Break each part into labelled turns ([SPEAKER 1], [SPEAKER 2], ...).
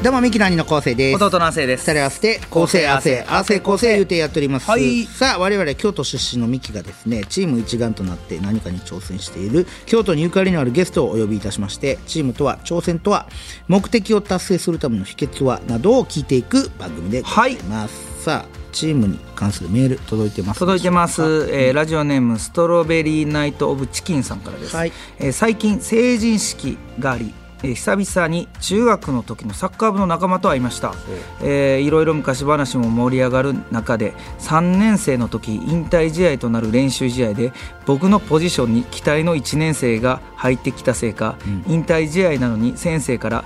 [SPEAKER 1] どうもミキの兄の昴生です
[SPEAKER 2] 弟の亜生で
[SPEAKER 1] さ
[SPEAKER 2] す。
[SPEAKER 1] れ合わせて構成合わせ合わせ構成言うてやっております、
[SPEAKER 2] はい
[SPEAKER 1] さあ我々京都出身のミキがですねチーム一丸となって何かに挑戦している京都にゆかりのあるゲストをお呼びいたしましてチームとは挑戦とは目的を達成するための秘訣はなどを聞いていく番組でございます、さあチームに関するメール届いてます
[SPEAKER 2] 届いてます、えーラジオネームストロベリーナイト・オブ・チキンさんからです、
[SPEAKER 1] はい
[SPEAKER 2] えー最近成人式があり、えー久々に中学の時のサッカー部の仲間と会いました、えーいろいろ昔話も盛り上がる中で3年生の時引退試合となる練習試合で僕のポジションに期待の1年生が入ってきたせいか、引退試合なのに先生から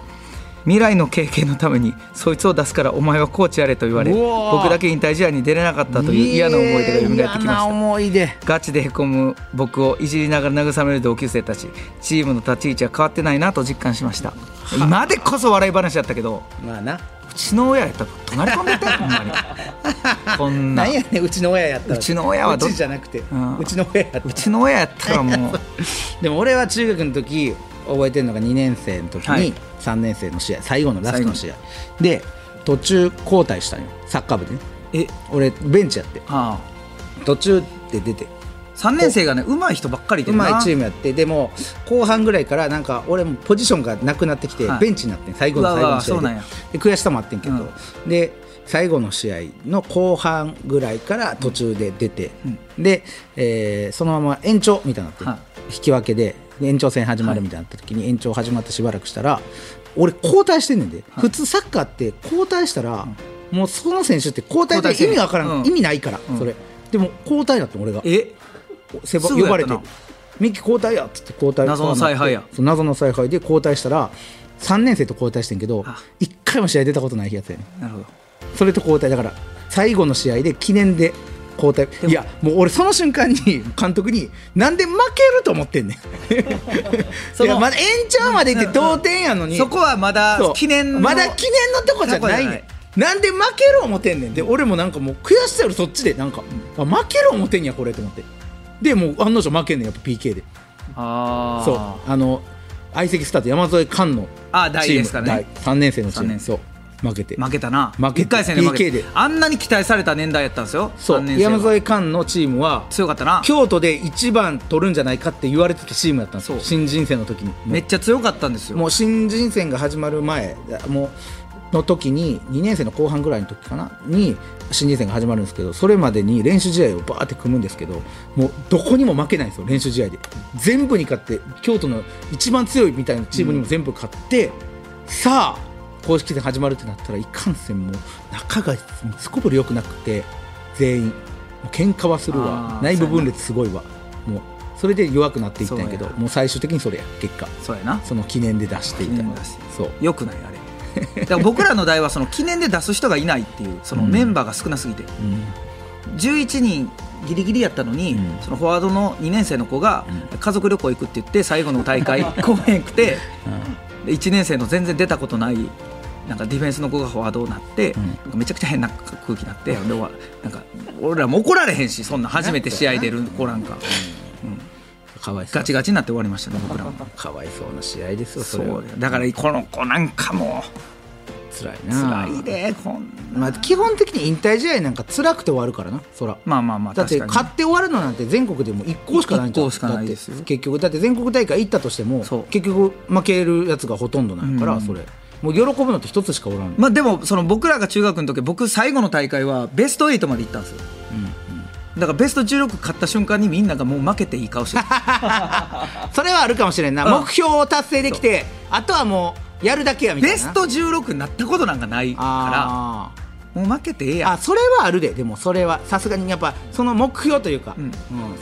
[SPEAKER 2] 未来の経験のためにそいつを出すからお前はコーチやれと言われ
[SPEAKER 1] うわー
[SPEAKER 2] 僕だけ引退試合に出れなかったという嫌な思い出が蘇ってき
[SPEAKER 1] 嫌
[SPEAKER 2] ま
[SPEAKER 1] な
[SPEAKER 2] した
[SPEAKER 1] 思い出
[SPEAKER 2] ガチでへこむ僕をいじりながら慰める同級生たちチームの立ち位置は変わってないなと実感しました今でこそ笑い話だったけど
[SPEAKER 1] まあな
[SPEAKER 2] うちの親やったら隣り込んでたよほんまにこんな
[SPEAKER 1] なんやねんうちの親やったら
[SPEAKER 2] うちの親はど
[SPEAKER 1] うちじゃなくて、うんちの親やったら
[SPEAKER 2] うちの親やったらもう
[SPEAKER 1] でも俺は中学の時覚えてるのが2年生の時
[SPEAKER 2] は
[SPEAKER 1] に
[SPEAKER 2] い
[SPEAKER 1] 3年生の試合最後のラストの試合で途中交代したんよサッカー部でね
[SPEAKER 2] え
[SPEAKER 1] 俺ベンチやって
[SPEAKER 2] ああ
[SPEAKER 1] 途中で出て
[SPEAKER 2] 3年生がね上手い人ばっかりで
[SPEAKER 1] う
[SPEAKER 2] な
[SPEAKER 1] まいチームやってでも後半ぐらいからなんか俺もポジションがなくなってきて
[SPEAKER 2] はい
[SPEAKER 1] ベンチになってん最後の
[SPEAKER 2] うわ
[SPEAKER 1] 最後の試合
[SPEAKER 2] うわそう
[SPEAKER 1] で
[SPEAKER 2] なんや
[SPEAKER 1] で悔しさもあってんけど、で最後の試合の後半ぐらいから途中で出て、で、えーそのまま延長みたいになってん、
[SPEAKER 2] は
[SPEAKER 1] 引き分けでで延長戦始まるみたいになった時に延長始まってしばらくしたら俺交代してんねんで、普通サッカーって交代したら、もうその選手って交代っ
[SPEAKER 2] 交代
[SPEAKER 1] て
[SPEAKER 2] せ
[SPEAKER 1] 意
[SPEAKER 2] ん
[SPEAKER 1] 味わからん、
[SPEAKER 2] うん
[SPEAKER 1] 意味ないから、それでも交代だって俺が
[SPEAKER 2] え
[SPEAKER 1] せば
[SPEAKER 2] すぐや
[SPEAKER 1] 呼
[SPEAKER 2] った
[SPEAKER 1] ば
[SPEAKER 2] な
[SPEAKER 1] れて「ミキ交代や」っつって交代
[SPEAKER 2] 謎の采配や
[SPEAKER 1] そう謎の采配で交代したら3年生と交代してんけど
[SPEAKER 2] あ
[SPEAKER 1] 1回も試合出たことないやつやね
[SPEAKER 2] なるほど
[SPEAKER 1] んそれと交代だから最後の試合で記念で交代いやもう俺その瞬間に監督になんで負けると思ってんねん
[SPEAKER 2] そ
[SPEAKER 1] い
[SPEAKER 2] の
[SPEAKER 1] やまだ延長までいって同点やのに
[SPEAKER 2] そこはまだ
[SPEAKER 1] そう
[SPEAKER 2] 記念の
[SPEAKER 1] まだ記念のとこじゃないね
[SPEAKER 2] とこ
[SPEAKER 1] んなんで負ける思てんねんで俺もなんかもう悔しさよりそっちでなんか、あ負ける思てんやこれと思ってでもう案の定負けんねんやっぱ PK で
[SPEAKER 2] ああ
[SPEAKER 1] そうあの相席スタート山添菅の
[SPEAKER 2] あ大
[SPEAKER 1] チーム
[SPEAKER 2] ですかね
[SPEAKER 1] 3年生のチー
[SPEAKER 2] 三
[SPEAKER 1] ム
[SPEAKER 2] 年生
[SPEAKER 1] そう負けて
[SPEAKER 2] 負けたな
[SPEAKER 1] 負け
[SPEAKER 2] 1
[SPEAKER 1] た
[SPEAKER 2] 回戦で負け
[SPEAKER 1] PK で
[SPEAKER 2] たあんなに期待された年代やったんですよ
[SPEAKER 1] そ
[SPEAKER 2] 3
[SPEAKER 1] う
[SPEAKER 2] 年生は
[SPEAKER 1] 山添菅のチームは
[SPEAKER 2] 強かったな
[SPEAKER 1] 京都で一番取るんじゃないかって言われてたチームだったんですよ
[SPEAKER 2] そう
[SPEAKER 1] 新人戦の時にもう
[SPEAKER 2] めっちゃ強かったんですよ
[SPEAKER 1] もう新人戦が始まる前もうの時に2年生の後半ぐらいの時かなに新人戦が始まるんですけどそれまでに練習試合をバーって組むんですけどもうどこにも負けないんですよ練習試合で全部に勝って京都の一番強いみたいなチームにも全部勝って、さあ公式戦始まるってなったらいかんせんもう仲がすこぶり良くなくて全員もう喧嘩はするわ
[SPEAKER 2] あー
[SPEAKER 1] 内部分裂すごいわもうそれで弱くなっていったんやけど
[SPEAKER 2] そうや
[SPEAKER 1] もう最終的にそれや結果
[SPEAKER 2] そうやな
[SPEAKER 1] その記念で出していた
[SPEAKER 2] 記念で出して
[SPEAKER 1] そう
[SPEAKER 2] よくないあれだから僕らの代はその記念で出す人がいないっていうそのメンバーが少なすぎて、
[SPEAKER 1] うん
[SPEAKER 2] 11人ギリギリやったのに、
[SPEAKER 1] うん
[SPEAKER 2] そのフォワードの2年生の子が家族旅行行くって言って最後の大会公演行くてで1年生の全然出たことないなんかディフェンスの子がフォワードになっ
[SPEAKER 1] ん
[SPEAKER 2] て、なんかめちゃくちゃ変な空気になって、でわなんか俺らも怒られへんしそんな初めて試合出る子なんか
[SPEAKER 1] かわいそう
[SPEAKER 2] ガチガチになって終わりましたね僕らも。
[SPEAKER 1] かわいそうな試合ですよそ
[SPEAKER 2] そ
[SPEAKER 1] れは
[SPEAKER 2] うだからこの子なんかも
[SPEAKER 1] 辛いうな
[SPEAKER 2] 辛いでこんな
[SPEAKER 1] まあ、基本的に引退試合なんか辛くて終わるからなそら
[SPEAKER 2] まあまあまあ
[SPEAKER 1] だって
[SPEAKER 2] 確かに
[SPEAKER 1] 勝って終わるのなんて全国でも1校しかないんちゃう
[SPEAKER 2] 一校しかないですよ
[SPEAKER 1] だって結局だって全国大会行ったとしても
[SPEAKER 2] そう
[SPEAKER 1] 結局負けるやつがほとんどないから、
[SPEAKER 2] うん
[SPEAKER 1] それもう喜ぶのって一つしかおらん、
[SPEAKER 2] まあでもその僕らが中学の時僕最後の大会はベスト8まで行ったんですよだからベスト16勝った瞬間にみんながもう負けていい顔して る
[SPEAKER 1] それはあるかもしれんな、
[SPEAKER 2] うん
[SPEAKER 1] 目標を達成できてあとはもうやるだけやみたいな
[SPEAKER 2] ベスト16になったことなんかないか
[SPEAKER 1] あー
[SPEAKER 2] らもう負けてええやん
[SPEAKER 1] あそれはあるででもそれはさすがにやっぱその目標というか、うん
[SPEAKER 2] ん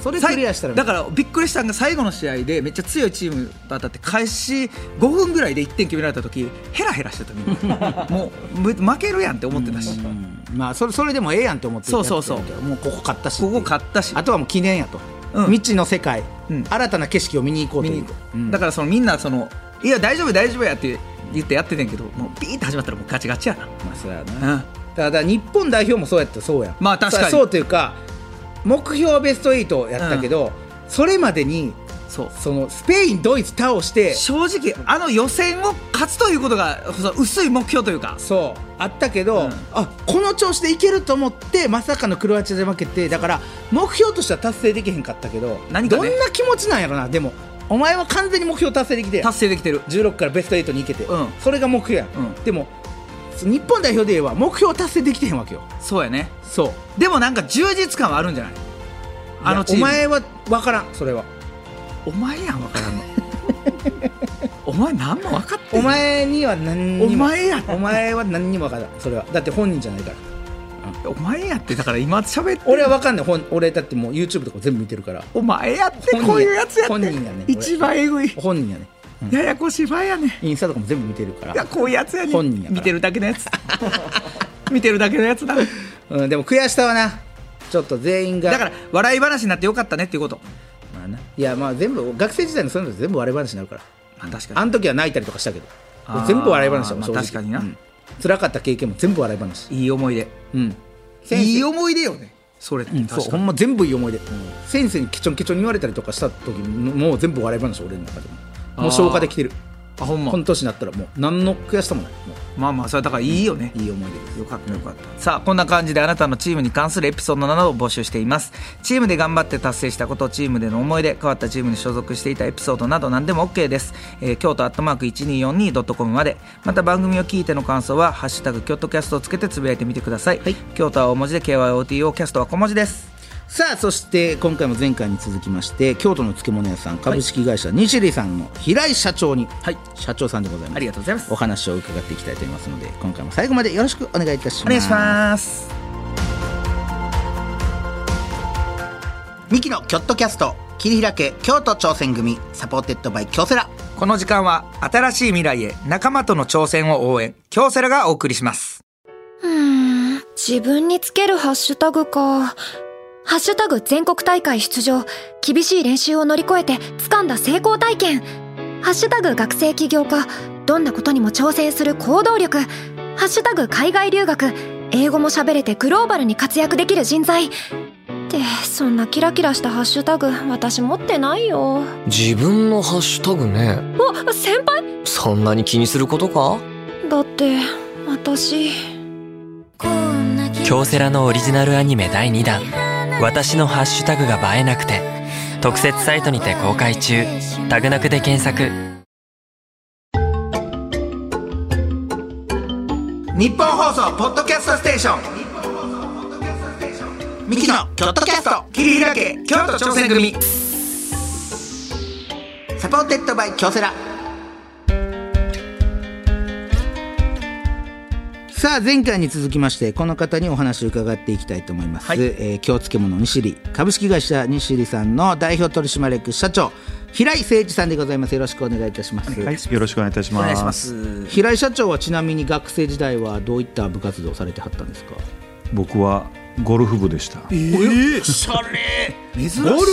[SPEAKER 1] それクリアしたら
[SPEAKER 2] だからびっくりしたのが最後の試合でめっちゃ強いチームと当たって開始5分ぐらいで1点決められた時ヘラヘラしてたみん なもうむ負けるやんって思ってたし
[SPEAKER 1] うんまあそれそれでもええやんって思って
[SPEAKER 2] そうそうそう
[SPEAKER 1] やってるけどもうここ勝ったし
[SPEAKER 2] ここ勝ったし
[SPEAKER 1] あとはもう記念やと、
[SPEAKER 2] うん
[SPEAKER 1] 未知の世界
[SPEAKER 2] うん
[SPEAKER 1] 新たな景色を見に行こう
[SPEAKER 2] 見
[SPEAKER 1] とい
[SPEAKER 2] に
[SPEAKER 1] う
[SPEAKER 2] 行こう、
[SPEAKER 1] うん
[SPEAKER 2] だからそのみんなその「いや大丈夫大丈夫や」って言ってやっててんけどもうピーって始まったらもうガチガチやな
[SPEAKER 1] まあそうや
[SPEAKER 2] う
[SPEAKER 1] な、
[SPEAKER 2] ん
[SPEAKER 1] ただ日本代表もそうやったそうやん
[SPEAKER 2] まあ確かに
[SPEAKER 1] さそうというか目標ベスト8やったけど、それまでに
[SPEAKER 2] そう
[SPEAKER 1] そのスペインドイツ倒して
[SPEAKER 2] 正直あの予選を勝つということがその薄い目標というか
[SPEAKER 1] そうあったけど、
[SPEAKER 2] うん
[SPEAKER 1] あこの調子でいけると思ってまさかのクロアチアで負けてだから目標としては達成できへんかったけど
[SPEAKER 2] 何かね
[SPEAKER 1] どんな気持ちなんやろなでもお前は完全に目標達成できてやん
[SPEAKER 2] 達成できてる
[SPEAKER 1] 16からベスト8に行けて、
[SPEAKER 2] うん
[SPEAKER 1] それが目標やん、
[SPEAKER 2] うん
[SPEAKER 1] でも日本代表で言えば目標達成できてへんわけよ
[SPEAKER 2] そうやね
[SPEAKER 1] そう
[SPEAKER 2] でもなんか充実感はあるんじゃないあのチーム
[SPEAKER 1] いやお前は分からんそれは
[SPEAKER 2] お前やん分から んのお前何も分かってん
[SPEAKER 1] お
[SPEAKER 2] の
[SPEAKER 1] 前には何にも
[SPEAKER 2] お前や
[SPEAKER 1] お前は何にも分からんそれはだって本人じゃないから
[SPEAKER 2] お前やってだから今喋って
[SPEAKER 1] 俺は分かんない本俺だってもう YouTube とか全部見てるから
[SPEAKER 2] お前やって
[SPEAKER 1] 本人や
[SPEAKER 2] こういうやつやって
[SPEAKER 1] 本人やね
[SPEAKER 2] 一番えぐい
[SPEAKER 1] 本人やねうん
[SPEAKER 2] ややこしい場合やね
[SPEAKER 1] インスタとかも全部見てるか
[SPEAKER 2] いや
[SPEAKER 1] ら、
[SPEAKER 2] こういうやつやね
[SPEAKER 1] 本人やから
[SPEAKER 2] 見てるだけのやつ 見てるだけのやつだだ
[SPEAKER 1] うん、でも悔しさはなちょっと全員が
[SPEAKER 2] から笑い話になってよかったねっていうこと
[SPEAKER 1] まあないやまあ全部学生時代のそういうの全部笑い話になるから
[SPEAKER 2] まあ確かに
[SPEAKER 1] あの時は泣いたりとかしたけど
[SPEAKER 2] あー
[SPEAKER 1] 全部笑い話だもん
[SPEAKER 2] まあ
[SPEAKER 1] 正直
[SPEAKER 2] 確かにな
[SPEAKER 1] うん辛かった経験も全部笑い話
[SPEAKER 2] いい思い出
[SPEAKER 1] うん先生
[SPEAKER 2] いい思い出よねそれって
[SPEAKER 1] うんそう
[SPEAKER 2] 確
[SPEAKER 1] ほ
[SPEAKER 2] かに
[SPEAKER 1] んま全部いい思い出、先生にケチョンケチョンに言われたりとかした時ももう全部笑い話俺の中でももう消化できてる
[SPEAKER 2] あほんま
[SPEAKER 1] この年になったらもう何の悔しさもないも
[SPEAKER 2] まあまあそれだからいいよね
[SPEAKER 1] ういい思い出です
[SPEAKER 2] よかったよかったさあこんな感じであなたのチームに関するエピソードなどを募集していますチームで頑張って達成したことチームでの思い出変わったチームに所属していたエピソードなど何でも OK です、えー、京都アットマーク 1242.com までまた番組を聞いての感想は「ハッシュタグ京都キャスト」をつけてつぶやいてみてください、
[SPEAKER 1] はい
[SPEAKER 2] 京都は大文字で KYOTO キャストは小文字です
[SPEAKER 1] さあそして今回も前回に続きまして京都の漬物屋さん株式会社西里さんの平井社長に、
[SPEAKER 2] はい
[SPEAKER 1] 社長さんでございます
[SPEAKER 2] ありがとうございます
[SPEAKER 1] お話を伺っていきたいと思いますので今回も最後までよろしくお願いいたします
[SPEAKER 2] お願いします
[SPEAKER 1] ミキのキョットキャスト切り開け京都挑戦組サポーテッドバイ京セラ
[SPEAKER 2] この時間は新しい未来へ仲間との挑戦を応援京セラがお送りします
[SPEAKER 3] うーん自分につけるハッシュタグか。ハッシュタグ全国大会出場。厳しい練習を乗り越えて掴んだ成功体験。ハッシュタグ学生起業家。どんなことにも挑戦する行動力。ハッシュタグ海外留学。英語も喋れてグローバルに活躍できる人材。って、そんなキラキラしたハッシュタグ、私持ってないよ。
[SPEAKER 4] 自分のハッシュタグね
[SPEAKER 3] あ、先輩
[SPEAKER 4] そんなに気にすることか
[SPEAKER 3] だって、私。
[SPEAKER 4] 京セラのオリジナルアニメ第2弾「私のハッシュタグが映えなくて」特設サイトにて公開中タグなくで検索
[SPEAKER 2] 日本放送ポッドキャストステーションミキのキョットキャスト切り開け京都挑戦組
[SPEAKER 1] サポーテッドバイ京セラさあ前回に続きましてこの方にお話を伺っていきたいと思います、
[SPEAKER 2] はい
[SPEAKER 1] えー京漬物西里株式会社西里さんの代表取締役社長平井誠一さんでございますよろしくお願いいたします
[SPEAKER 5] はい、よろしくお願いいたし
[SPEAKER 2] お
[SPEAKER 5] ます。
[SPEAKER 2] 願いします
[SPEAKER 1] 平井社長はちなみに学生時代はどういった部活動をされてはったんですか
[SPEAKER 5] 僕はゴルフ部でした。
[SPEAKER 2] えー、しゃれ珍しい
[SPEAKER 1] ゴルフ部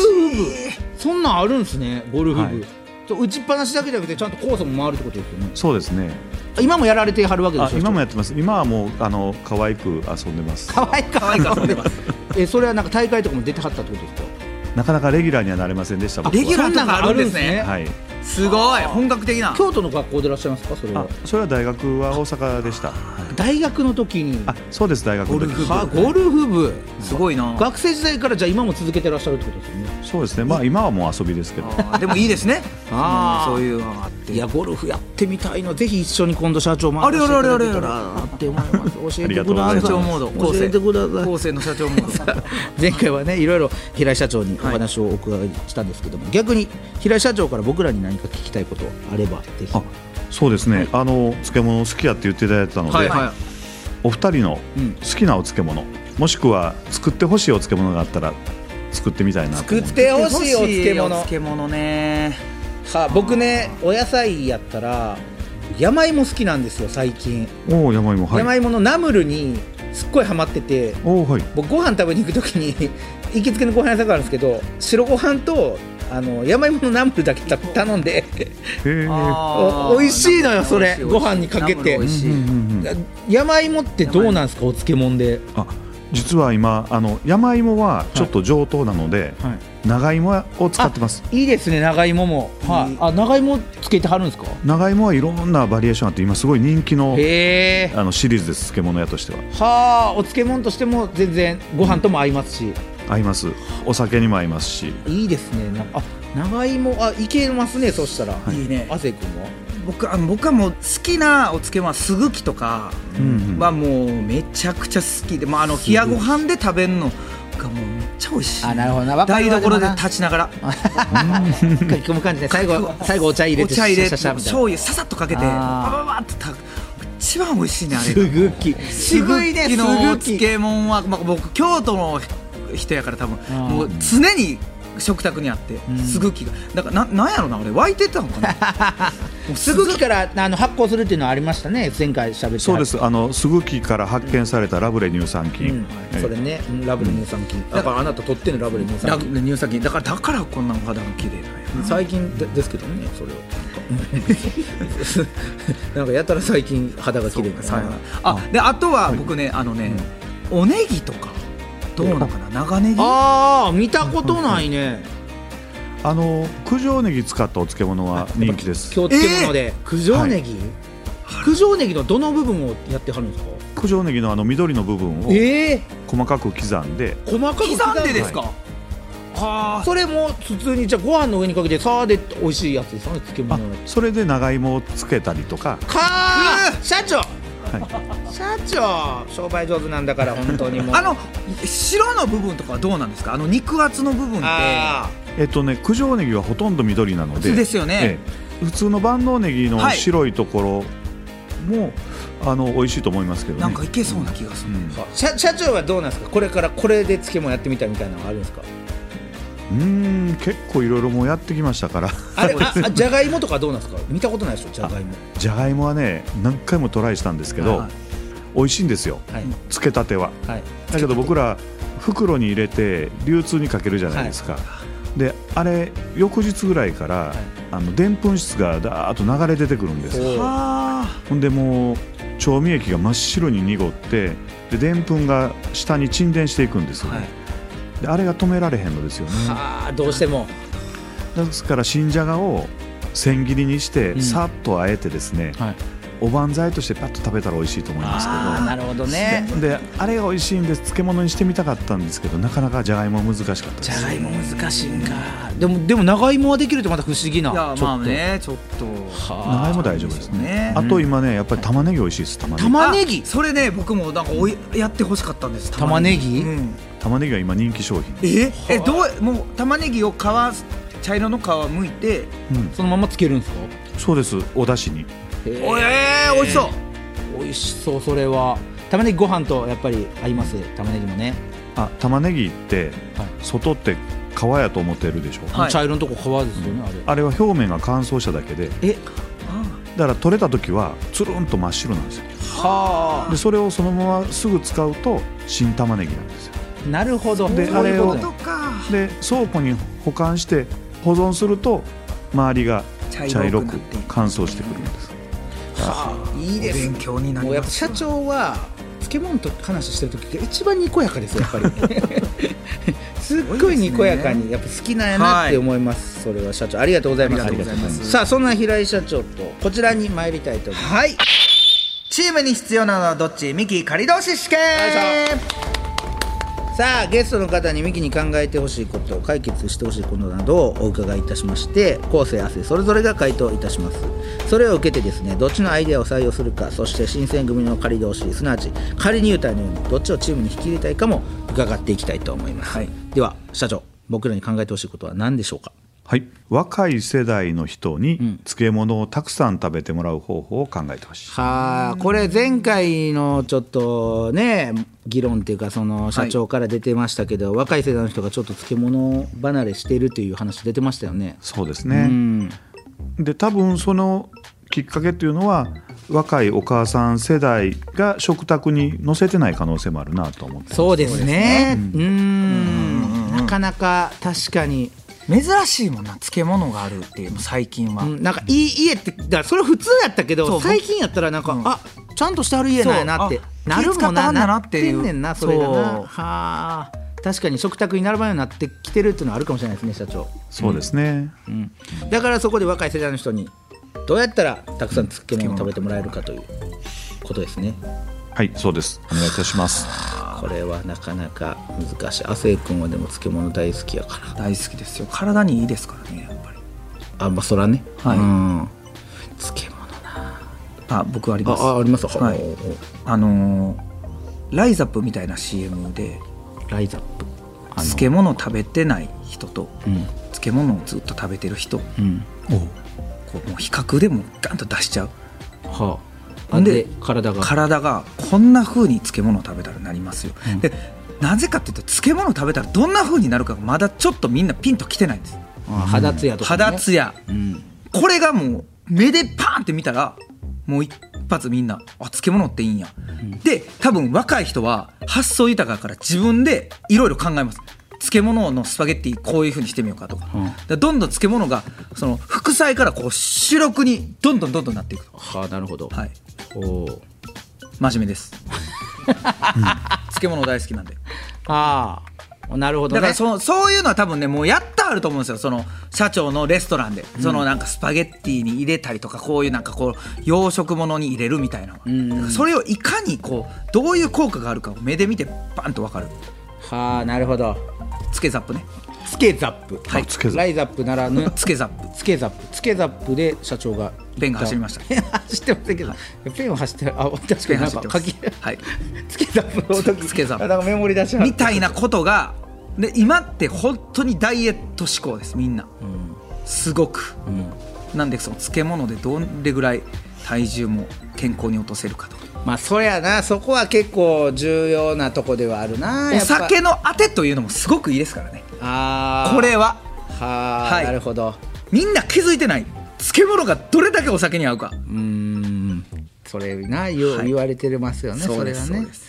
[SPEAKER 1] そんなんあるんですねゴルフ部、
[SPEAKER 5] はい
[SPEAKER 1] そう打ちっぱなしだけじゃなくてちゃんとコースも回るってことですよね
[SPEAKER 5] そうですね。
[SPEAKER 1] 今もやられてはるわけで
[SPEAKER 5] あ
[SPEAKER 1] しょ
[SPEAKER 5] 今もやってます。今はもうあの可愛く遊んでます。
[SPEAKER 1] 可愛いか
[SPEAKER 2] 可愛いから遊んでます
[SPEAKER 1] えそれはなんか大会とかも出てはったってことですか
[SPEAKER 5] なかなかレギュラーにはなれませんでした。僕は
[SPEAKER 2] レギュラーとかあるんです
[SPEAKER 1] そな
[SPEAKER 2] ね
[SPEAKER 1] があるん
[SPEAKER 5] はい。
[SPEAKER 2] すごい本格的な
[SPEAKER 1] 京都の学校でいらっしゃいますかそれ
[SPEAKER 5] あ
[SPEAKER 1] は、
[SPEAKER 5] それは大学は大阪でした。
[SPEAKER 1] 大学の時に
[SPEAKER 5] あ、そうです大学の時
[SPEAKER 1] あゴルフ部
[SPEAKER 2] すごいな
[SPEAKER 1] 学生時代からじゃあ今も続けてらっしゃるってことですよね
[SPEAKER 5] そうですね。まあ今はもう遊びですけど。
[SPEAKER 2] あーでもいいですね
[SPEAKER 1] あー
[SPEAKER 2] うんそういうのが あって
[SPEAKER 1] いやゴルフやってみたいのぜひ一緒に今度社長も
[SPEAKER 2] あれあれあれあれ
[SPEAKER 1] 教えていただけたらなって思います教え
[SPEAKER 5] あり
[SPEAKER 1] て
[SPEAKER 5] がと
[SPEAKER 1] く
[SPEAKER 5] うござ
[SPEAKER 1] ださい
[SPEAKER 5] います
[SPEAKER 2] 社長モード
[SPEAKER 1] 教えてください
[SPEAKER 2] 高専の社長も
[SPEAKER 1] 前回 はねいろいろ平井社長にお話をお伺いしたんですけども、逆に平井社長から僕らに何か聞きたいことあればぜひ
[SPEAKER 5] あ、そうですね。あの漬物好きやって言っていただいてたので、
[SPEAKER 2] はいは
[SPEAKER 5] お二人の
[SPEAKER 1] うん
[SPEAKER 5] 好きなお漬物、もしくは作ってほしいお漬物があったら作ってみたいなと思
[SPEAKER 1] 作
[SPEAKER 5] い
[SPEAKER 1] っ
[SPEAKER 5] ます。
[SPEAKER 1] てほし
[SPEAKER 2] い
[SPEAKER 1] いお漬
[SPEAKER 2] お
[SPEAKER 1] 物
[SPEAKER 2] 漬物ね
[SPEAKER 1] さあ僕ねお野菜やったら山芋好きなんですよ最近、
[SPEAKER 5] おお山芋は
[SPEAKER 1] 山
[SPEAKER 5] い。
[SPEAKER 1] 芋のナムルにすっごいハマってて
[SPEAKER 5] おおはい。
[SPEAKER 1] 僕ご飯食べに行く時に行きつけのご飯屋さんがあるんですけど白ご飯とあの山芋のナムルだけた頼んで
[SPEAKER 5] え
[SPEAKER 2] あー
[SPEAKER 1] お美味しいのよそれ
[SPEAKER 2] 美味しい美味しい
[SPEAKER 1] ご飯にかけて
[SPEAKER 2] ナムル美味しい
[SPEAKER 1] 山芋ってどうなんですかお漬物で
[SPEAKER 5] あ実は今あの山芋はちょっと上等なので、
[SPEAKER 1] は
[SPEAKER 5] 長芋を使ってます
[SPEAKER 1] いいですね長芋も、はい、あ長芋つけてはるんですか
[SPEAKER 5] 長芋はいろんなバリエーションあって今すごい人気の
[SPEAKER 1] へえ
[SPEAKER 5] あのシリーズです漬物屋としては
[SPEAKER 1] はあお漬物としても全然ご飯とも合いますし、
[SPEAKER 5] 合いますお酒にも合いますし
[SPEAKER 1] いいですねなあ長芋あいけますねそしたら、
[SPEAKER 2] いいね
[SPEAKER 1] 亜生君は
[SPEAKER 2] 僕あの僕はもう好きなお漬物はすぐきとか
[SPEAKER 5] うん
[SPEAKER 2] はもうめちゃくちゃ好きで、まあ、あの冷やご飯で食べるのがもうめっちゃ美味しい
[SPEAKER 1] あなるほどなわか
[SPEAKER 2] 台
[SPEAKER 1] るわ
[SPEAKER 2] 所で
[SPEAKER 1] でもな
[SPEAKER 2] 立ちながら
[SPEAKER 1] 書き込む感じで 最後最後お茶入れ
[SPEAKER 2] お
[SPEAKER 1] て
[SPEAKER 2] 茶入れ
[SPEAKER 1] シャシャシャみたいな
[SPEAKER 2] 醤油ささっとかけて
[SPEAKER 1] あ
[SPEAKER 2] バ
[SPEAKER 1] ー
[SPEAKER 2] バババってた一番美味しいねあ れ
[SPEAKER 1] すぐき
[SPEAKER 2] 渋いね
[SPEAKER 1] す
[SPEAKER 2] の
[SPEAKER 1] ぐき
[SPEAKER 2] 漬物は、まあ、僕京都の人やから多分
[SPEAKER 1] ー
[SPEAKER 2] もう常に食卓にあって
[SPEAKER 1] ん
[SPEAKER 2] すぐきがだからななんやろな俺湧いてたのかなもう
[SPEAKER 1] すぐきからあの発酵するっていうのはありましたね前回喋って
[SPEAKER 5] そうですあのすぐきから発見されたラブレ乳酸
[SPEAKER 1] う
[SPEAKER 5] 菌、
[SPEAKER 1] ん
[SPEAKER 5] ええ
[SPEAKER 1] それねうんラブル乳酸菌だからあなた取ってんのラブル乳
[SPEAKER 2] ラ
[SPEAKER 1] 酸菌
[SPEAKER 2] グ乳酸菌だからだからこんなお肌が綺麗だよ
[SPEAKER 1] 最近でですけどね それはなんかやたら最近肌が綺麗になる
[SPEAKER 2] さよならあであとは僕ねあのねおネギとかどうなのかな長ネギ
[SPEAKER 1] ああ見たことないね
[SPEAKER 5] あの九条ネギ使ったお漬物は人気です
[SPEAKER 1] 今日漬物で九条ネギ九条ネギのどの部分をやってはるんですか
[SPEAKER 5] 九条ネギのあの緑の部分を
[SPEAKER 1] ええ
[SPEAKER 5] 細かく刻んで
[SPEAKER 1] 細かく
[SPEAKER 2] 刻んでです
[SPEAKER 1] か
[SPEAKER 2] かあ
[SPEAKER 1] それも普通にじゃあご飯の上にかけてさーで美味しいやつですよね漬
[SPEAKER 5] あ
[SPEAKER 1] 物の
[SPEAKER 5] それで長芋をつけたりとか
[SPEAKER 1] かー社長、社長商売上手なんだから本当にもう
[SPEAKER 2] あの白の部分とかはどうなんですかあの肉厚の部分って
[SPEAKER 1] あ
[SPEAKER 5] えっとね九条ネギはほとんど緑なの
[SPEAKER 2] 普通
[SPEAKER 5] で
[SPEAKER 2] ですよね、
[SPEAKER 5] ええ普通の万能ネギの
[SPEAKER 2] はい
[SPEAKER 5] 白いところも、あの美味しいと思いますけどね
[SPEAKER 2] なんかいけそうな気がす
[SPEAKER 5] う
[SPEAKER 2] る、
[SPEAKER 5] ん
[SPEAKER 1] ー社社長はどうなんですかこれからこれで漬物やってみたいみたいなのがあるんですか
[SPEAKER 5] うん結構いろいろもうやってきましたから
[SPEAKER 1] あれああじゃがいもとかどうなんですか見たことないでしょじゃがいも
[SPEAKER 5] じゃがいもはね何回もトライしたんですけど、
[SPEAKER 2] はい
[SPEAKER 5] 美味しいんですよ
[SPEAKER 1] はい
[SPEAKER 5] 漬けたては
[SPEAKER 1] はい
[SPEAKER 5] だけど僕ら袋に入れて流通にかけるじゃないですか、であれ翌日ぐらいから、あのでんぷん質がだーっと流れ出てくるんです
[SPEAKER 1] ほう
[SPEAKER 2] あ
[SPEAKER 5] ほんでもう調味液が真っ白に濁ってででんぷんが下に沈殿していくんですよね、
[SPEAKER 2] はい
[SPEAKER 5] であれが止められへんのですよね
[SPEAKER 1] はあどうしても
[SPEAKER 5] ですから新じゃがを千切りにして
[SPEAKER 1] ん
[SPEAKER 5] さっとあえてですね、
[SPEAKER 1] はい
[SPEAKER 5] おばんざいとしてパッと食べたら美味しいと思いますけど
[SPEAKER 1] あーなるほどね
[SPEAKER 5] であれが美味しいんです漬物にしてみたかったんですけどなかなかじゃがいもは難しかったです
[SPEAKER 1] じゃがいも難しいんかでもでも長芋はできるってまた不思議
[SPEAKER 2] あ
[SPEAKER 1] ない
[SPEAKER 2] や
[SPEAKER 1] ちょっと
[SPEAKER 2] まあねちょっと
[SPEAKER 1] はあ
[SPEAKER 5] 長いも大丈夫ですね
[SPEAKER 2] ね
[SPEAKER 5] あと今ねやっぱり玉ねぎ美味しいです玉ねぎ
[SPEAKER 1] 玉ねぎ
[SPEAKER 2] あそれね僕もなんかおいやってほしかったんです
[SPEAKER 1] 玉ねぎ
[SPEAKER 2] うん
[SPEAKER 5] 玉ねぎは今人気商品、
[SPEAKER 2] ええどうもう玉ねぎを皮茶色の皮剥いて
[SPEAKER 5] うん、
[SPEAKER 1] そのままつけるんですか
[SPEAKER 5] そうですお出汁に
[SPEAKER 2] おえー、美味しそう
[SPEAKER 1] 美味しそうそれは玉ねぎご飯とやっぱり合います玉ねぎもね、
[SPEAKER 5] あ玉ねぎって
[SPEAKER 1] はい
[SPEAKER 5] 外って皮やと思ってるでしょ、
[SPEAKER 2] はい
[SPEAKER 1] 茶色のとこ皮ですよね、あれ
[SPEAKER 5] あれは表面が乾燥しただけで
[SPEAKER 1] え
[SPEAKER 5] だから取れた時はつるんと真っ白なんですよ
[SPEAKER 1] は
[SPEAKER 5] でそれをそのまますぐ使うと新玉ねぎなんですよ
[SPEAKER 1] あなるほど
[SPEAKER 5] で
[SPEAKER 1] そういうこと
[SPEAKER 5] あれ
[SPEAKER 1] ね
[SPEAKER 2] とか
[SPEAKER 5] で倉庫に保管して保存すると周りが茶
[SPEAKER 2] 茶色
[SPEAKER 5] 色
[SPEAKER 2] くな
[SPEAKER 5] く
[SPEAKER 2] っていく
[SPEAKER 5] 乾燥してくるんです
[SPEAKER 2] いいです勉強になり
[SPEAKER 1] もうやっ
[SPEAKER 2] ま
[SPEAKER 1] ぱ
[SPEAKER 2] す
[SPEAKER 1] 社長は漬物と話してる時が一番にこやかですよやっぱり すっごいにこやかにやっぱ好きなんやなって思います、それは社長ありがとうございます
[SPEAKER 2] ありがとうございます
[SPEAKER 1] さあそんな平井社長とこちらに参りたいと思います
[SPEAKER 2] はいチームに必要なのはどっちミキ仮同士試験
[SPEAKER 1] よさあゲストの方にミキに考えてほしいこと解決してほしいことなどをお伺いいたしまして昴生亜生それぞれが回答いたしますそれを受けてですねどっちのアイデアを採用するかそして新選組の仮同士すなわち仮入隊のようにどっちをチームに引き入れたいかも伺っていきたいと思います、
[SPEAKER 2] はい
[SPEAKER 1] では社長僕らに考えてほしいことは何でしょうか
[SPEAKER 5] はい、若い世代の人に漬物をたくさん食べてもらう方法を考えてほしい、
[SPEAKER 1] はあこれ前回のちょっとね議論っていうかその社長から出てましたけど、若い世代の人がちょっと漬物離れしてるという話出てましたよね
[SPEAKER 5] そうですねで多分そのきっかけというのは若いお母さん世代が食卓に載せてない可能性もあるなと思って
[SPEAKER 1] そうですね。うーん、なかなか確かに。
[SPEAKER 2] 珍しいもんな漬物があるっていうの最近は、
[SPEAKER 1] うんなんかいい家ってだからそれは普通やったけ
[SPEAKER 2] そ
[SPEAKER 1] ど
[SPEAKER 2] う
[SPEAKER 1] 最近やったらなんか、
[SPEAKER 2] うん
[SPEAKER 1] あちゃんとしてある家なんやなって
[SPEAKER 2] そうあ
[SPEAKER 1] なる
[SPEAKER 2] 気使
[SPEAKER 1] も
[SPEAKER 2] っ
[SPEAKER 1] ん
[SPEAKER 2] ては
[SPEAKER 1] なん
[SPEAKER 2] だなっていう
[SPEAKER 1] なってんねんなそれがな
[SPEAKER 2] そう
[SPEAKER 1] はあ確かに食卓に並ばんようになってきてるっていうのはあるかもしれないですね社長、
[SPEAKER 5] そうですね、
[SPEAKER 1] うん、だからそこで若い世代の人にどうやったらたくさん漬物を食べてもらえるかということですね
[SPEAKER 5] はいそうですお願いいたします
[SPEAKER 1] これはなかなか難しい亜生君はでも漬物大好きやから
[SPEAKER 2] 大好きですよ体にいいですからねやっぱり
[SPEAKER 1] あまあそらね、
[SPEAKER 2] はい
[SPEAKER 1] うん漬物
[SPEAKER 2] あ僕あります
[SPEAKER 1] ああありますは
[SPEAKER 2] はいあのーライザップみたいな CM で
[SPEAKER 1] ライザップあの
[SPEAKER 2] 漬物食べてない人と
[SPEAKER 1] うん
[SPEAKER 2] 漬物をずっと食べてる人こ
[SPEAKER 1] うん
[SPEAKER 2] うもう比較でもガンと出しちゃう
[SPEAKER 1] は
[SPEAKER 2] ほ
[SPEAKER 1] あ
[SPEAKER 2] んで
[SPEAKER 1] で体が
[SPEAKER 2] 体がこんな風に漬物を食べたらなりますよ、
[SPEAKER 1] うん
[SPEAKER 2] でなぜかっていうと漬物を食べたらどんな風になるかがまだちょっとみんなピンときてないんです
[SPEAKER 1] あ肌ツヤとか、ね、
[SPEAKER 2] 肌ツヤ
[SPEAKER 1] うん
[SPEAKER 2] これがもう目でパーンって見たらもう一発みんなあ漬物っていいんや、で多分若い人は発想豊かだから自分でいろいろ考えます漬物のスパゲッティこういう風にしてみようかとか,、
[SPEAKER 1] うん
[SPEAKER 2] どんどん漬物がその副菜からこう主力にどんどんどんどんなっていくと
[SPEAKER 1] はあなるほど、
[SPEAKER 2] はい
[SPEAKER 1] おー
[SPEAKER 2] 真面 目です、漬物大好きなんで
[SPEAKER 1] ああなるほどね
[SPEAKER 2] だからそそういうのは多分ねもうやったあると思うんですよその社長のレストランで、そのなんかスパゲッティに入れたりとかこういうなんかこう洋食ものに入れるみたいな、
[SPEAKER 1] んうん
[SPEAKER 2] だからそれをいかにこうどういう効果があるかを目で見てバンと分かる
[SPEAKER 1] はあなるほど
[SPEAKER 2] つけザップね
[SPEAKER 1] つけザップ
[SPEAKER 2] はい
[SPEAKER 5] つけザップ
[SPEAKER 1] ライザップならぬ
[SPEAKER 2] つけザップ
[SPEAKER 1] つけザップつけザップで社長が
[SPEAKER 2] ペンが走りました
[SPEAKER 1] ペン 走ってませんけどペンは走ってるあ確か
[SPEAKER 2] ペン
[SPEAKER 1] になん
[SPEAKER 2] 走
[SPEAKER 1] か
[SPEAKER 2] ってま
[SPEAKER 1] 書
[SPEAKER 2] す
[SPEAKER 1] き
[SPEAKER 2] はい
[SPEAKER 1] つけザップの時
[SPEAKER 2] つけザップ
[SPEAKER 1] あなんかメモリ出しはった
[SPEAKER 2] みたいなことがで今って本当にダイエット志向ですみんな、すごく、なんでその漬物でどれぐらい体重も健康に落とせるかとか
[SPEAKER 1] まあそりゃなそこは結構重要なとこではあるな
[SPEAKER 2] お
[SPEAKER 1] やっぱ
[SPEAKER 2] 酒のあてというのもすごくいいですからね
[SPEAKER 1] あー
[SPEAKER 2] これは
[SPEAKER 1] はあ、
[SPEAKER 2] はい
[SPEAKER 1] なるほど
[SPEAKER 2] みんな気づいてない漬物がどれだけお酒に合うか
[SPEAKER 1] うーんそれな言,、
[SPEAKER 2] はい
[SPEAKER 1] 言われてますよね
[SPEAKER 2] そ
[SPEAKER 1] そうれ
[SPEAKER 2] です
[SPEAKER 1] は
[SPEAKER 2] そう
[SPEAKER 1] ね
[SPEAKER 2] です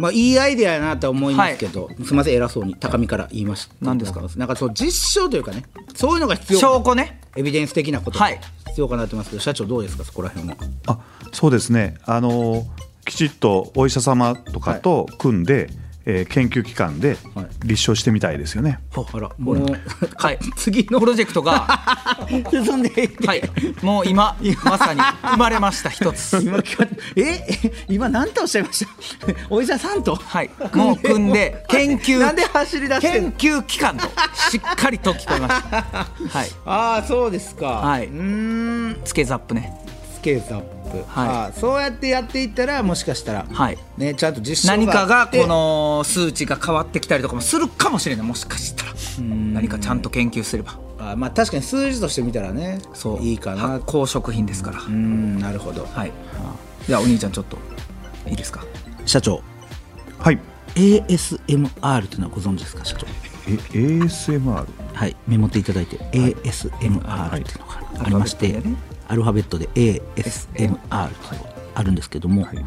[SPEAKER 1] まあいいアイデアやなとは思いますけど、すみません偉そうに高みから言いました
[SPEAKER 2] 何ですか
[SPEAKER 1] なんかそう実証というかねそういうのが必要
[SPEAKER 2] 証拠ね
[SPEAKER 1] エビデンス的なことが
[SPEAKER 2] はい
[SPEAKER 1] 必要かなと思いますけど、社長どうですかそこら辺は
[SPEAKER 5] あそうですねあのきちっとお医者様とかと組んで、えー研究機関で
[SPEAKER 1] はい
[SPEAKER 5] 立証してみたいですよね、
[SPEAKER 1] あらもう
[SPEAKER 2] はい
[SPEAKER 1] 次の
[SPEAKER 2] プロジェクトが
[SPEAKER 1] 進んでいって、
[SPEAKER 2] はいもう今まさに生まれました一つ
[SPEAKER 1] 今きわ え今何とおっしゃいました お医者さんと
[SPEAKER 2] はいもう 組んで研究
[SPEAKER 1] なんで走り出してん
[SPEAKER 2] 研
[SPEAKER 1] の
[SPEAKER 2] 究機関としっかりと聞こえましたはい
[SPEAKER 1] ああそうですか
[SPEAKER 2] はいう
[SPEAKER 1] ーん
[SPEAKER 2] つけザップね
[SPEAKER 1] スケーズアップ、
[SPEAKER 2] はい
[SPEAKER 1] ああそうやってやっていったらもしかしたら、
[SPEAKER 2] はい
[SPEAKER 1] ね、ちゃんと実証
[SPEAKER 2] 何か
[SPEAKER 1] あ
[SPEAKER 2] が
[SPEAKER 1] って
[SPEAKER 2] この数値が変わってきたりとかもするかもしれないもしかしたら何かちゃんと研究すれば
[SPEAKER 1] ああまあ確かに数字として見たらね
[SPEAKER 2] そう
[SPEAKER 1] いいかな
[SPEAKER 2] 発
[SPEAKER 1] う
[SPEAKER 2] 酵食品ですから
[SPEAKER 1] ーんなるほど
[SPEAKER 2] はいじゃあお兄ちゃんちょっといいですか
[SPEAKER 1] 社長
[SPEAKER 5] はい
[SPEAKER 1] ASMR というのはご存知ですか社長
[SPEAKER 5] え ASMR
[SPEAKER 1] はいメモっていただいて、ASMR というの
[SPEAKER 5] はい
[SPEAKER 1] がありまして、
[SPEAKER 2] アルファベットでね
[SPEAKER 1] アルファベットで ASMR というのがあるんですけども、
[SPEAKER 5] はい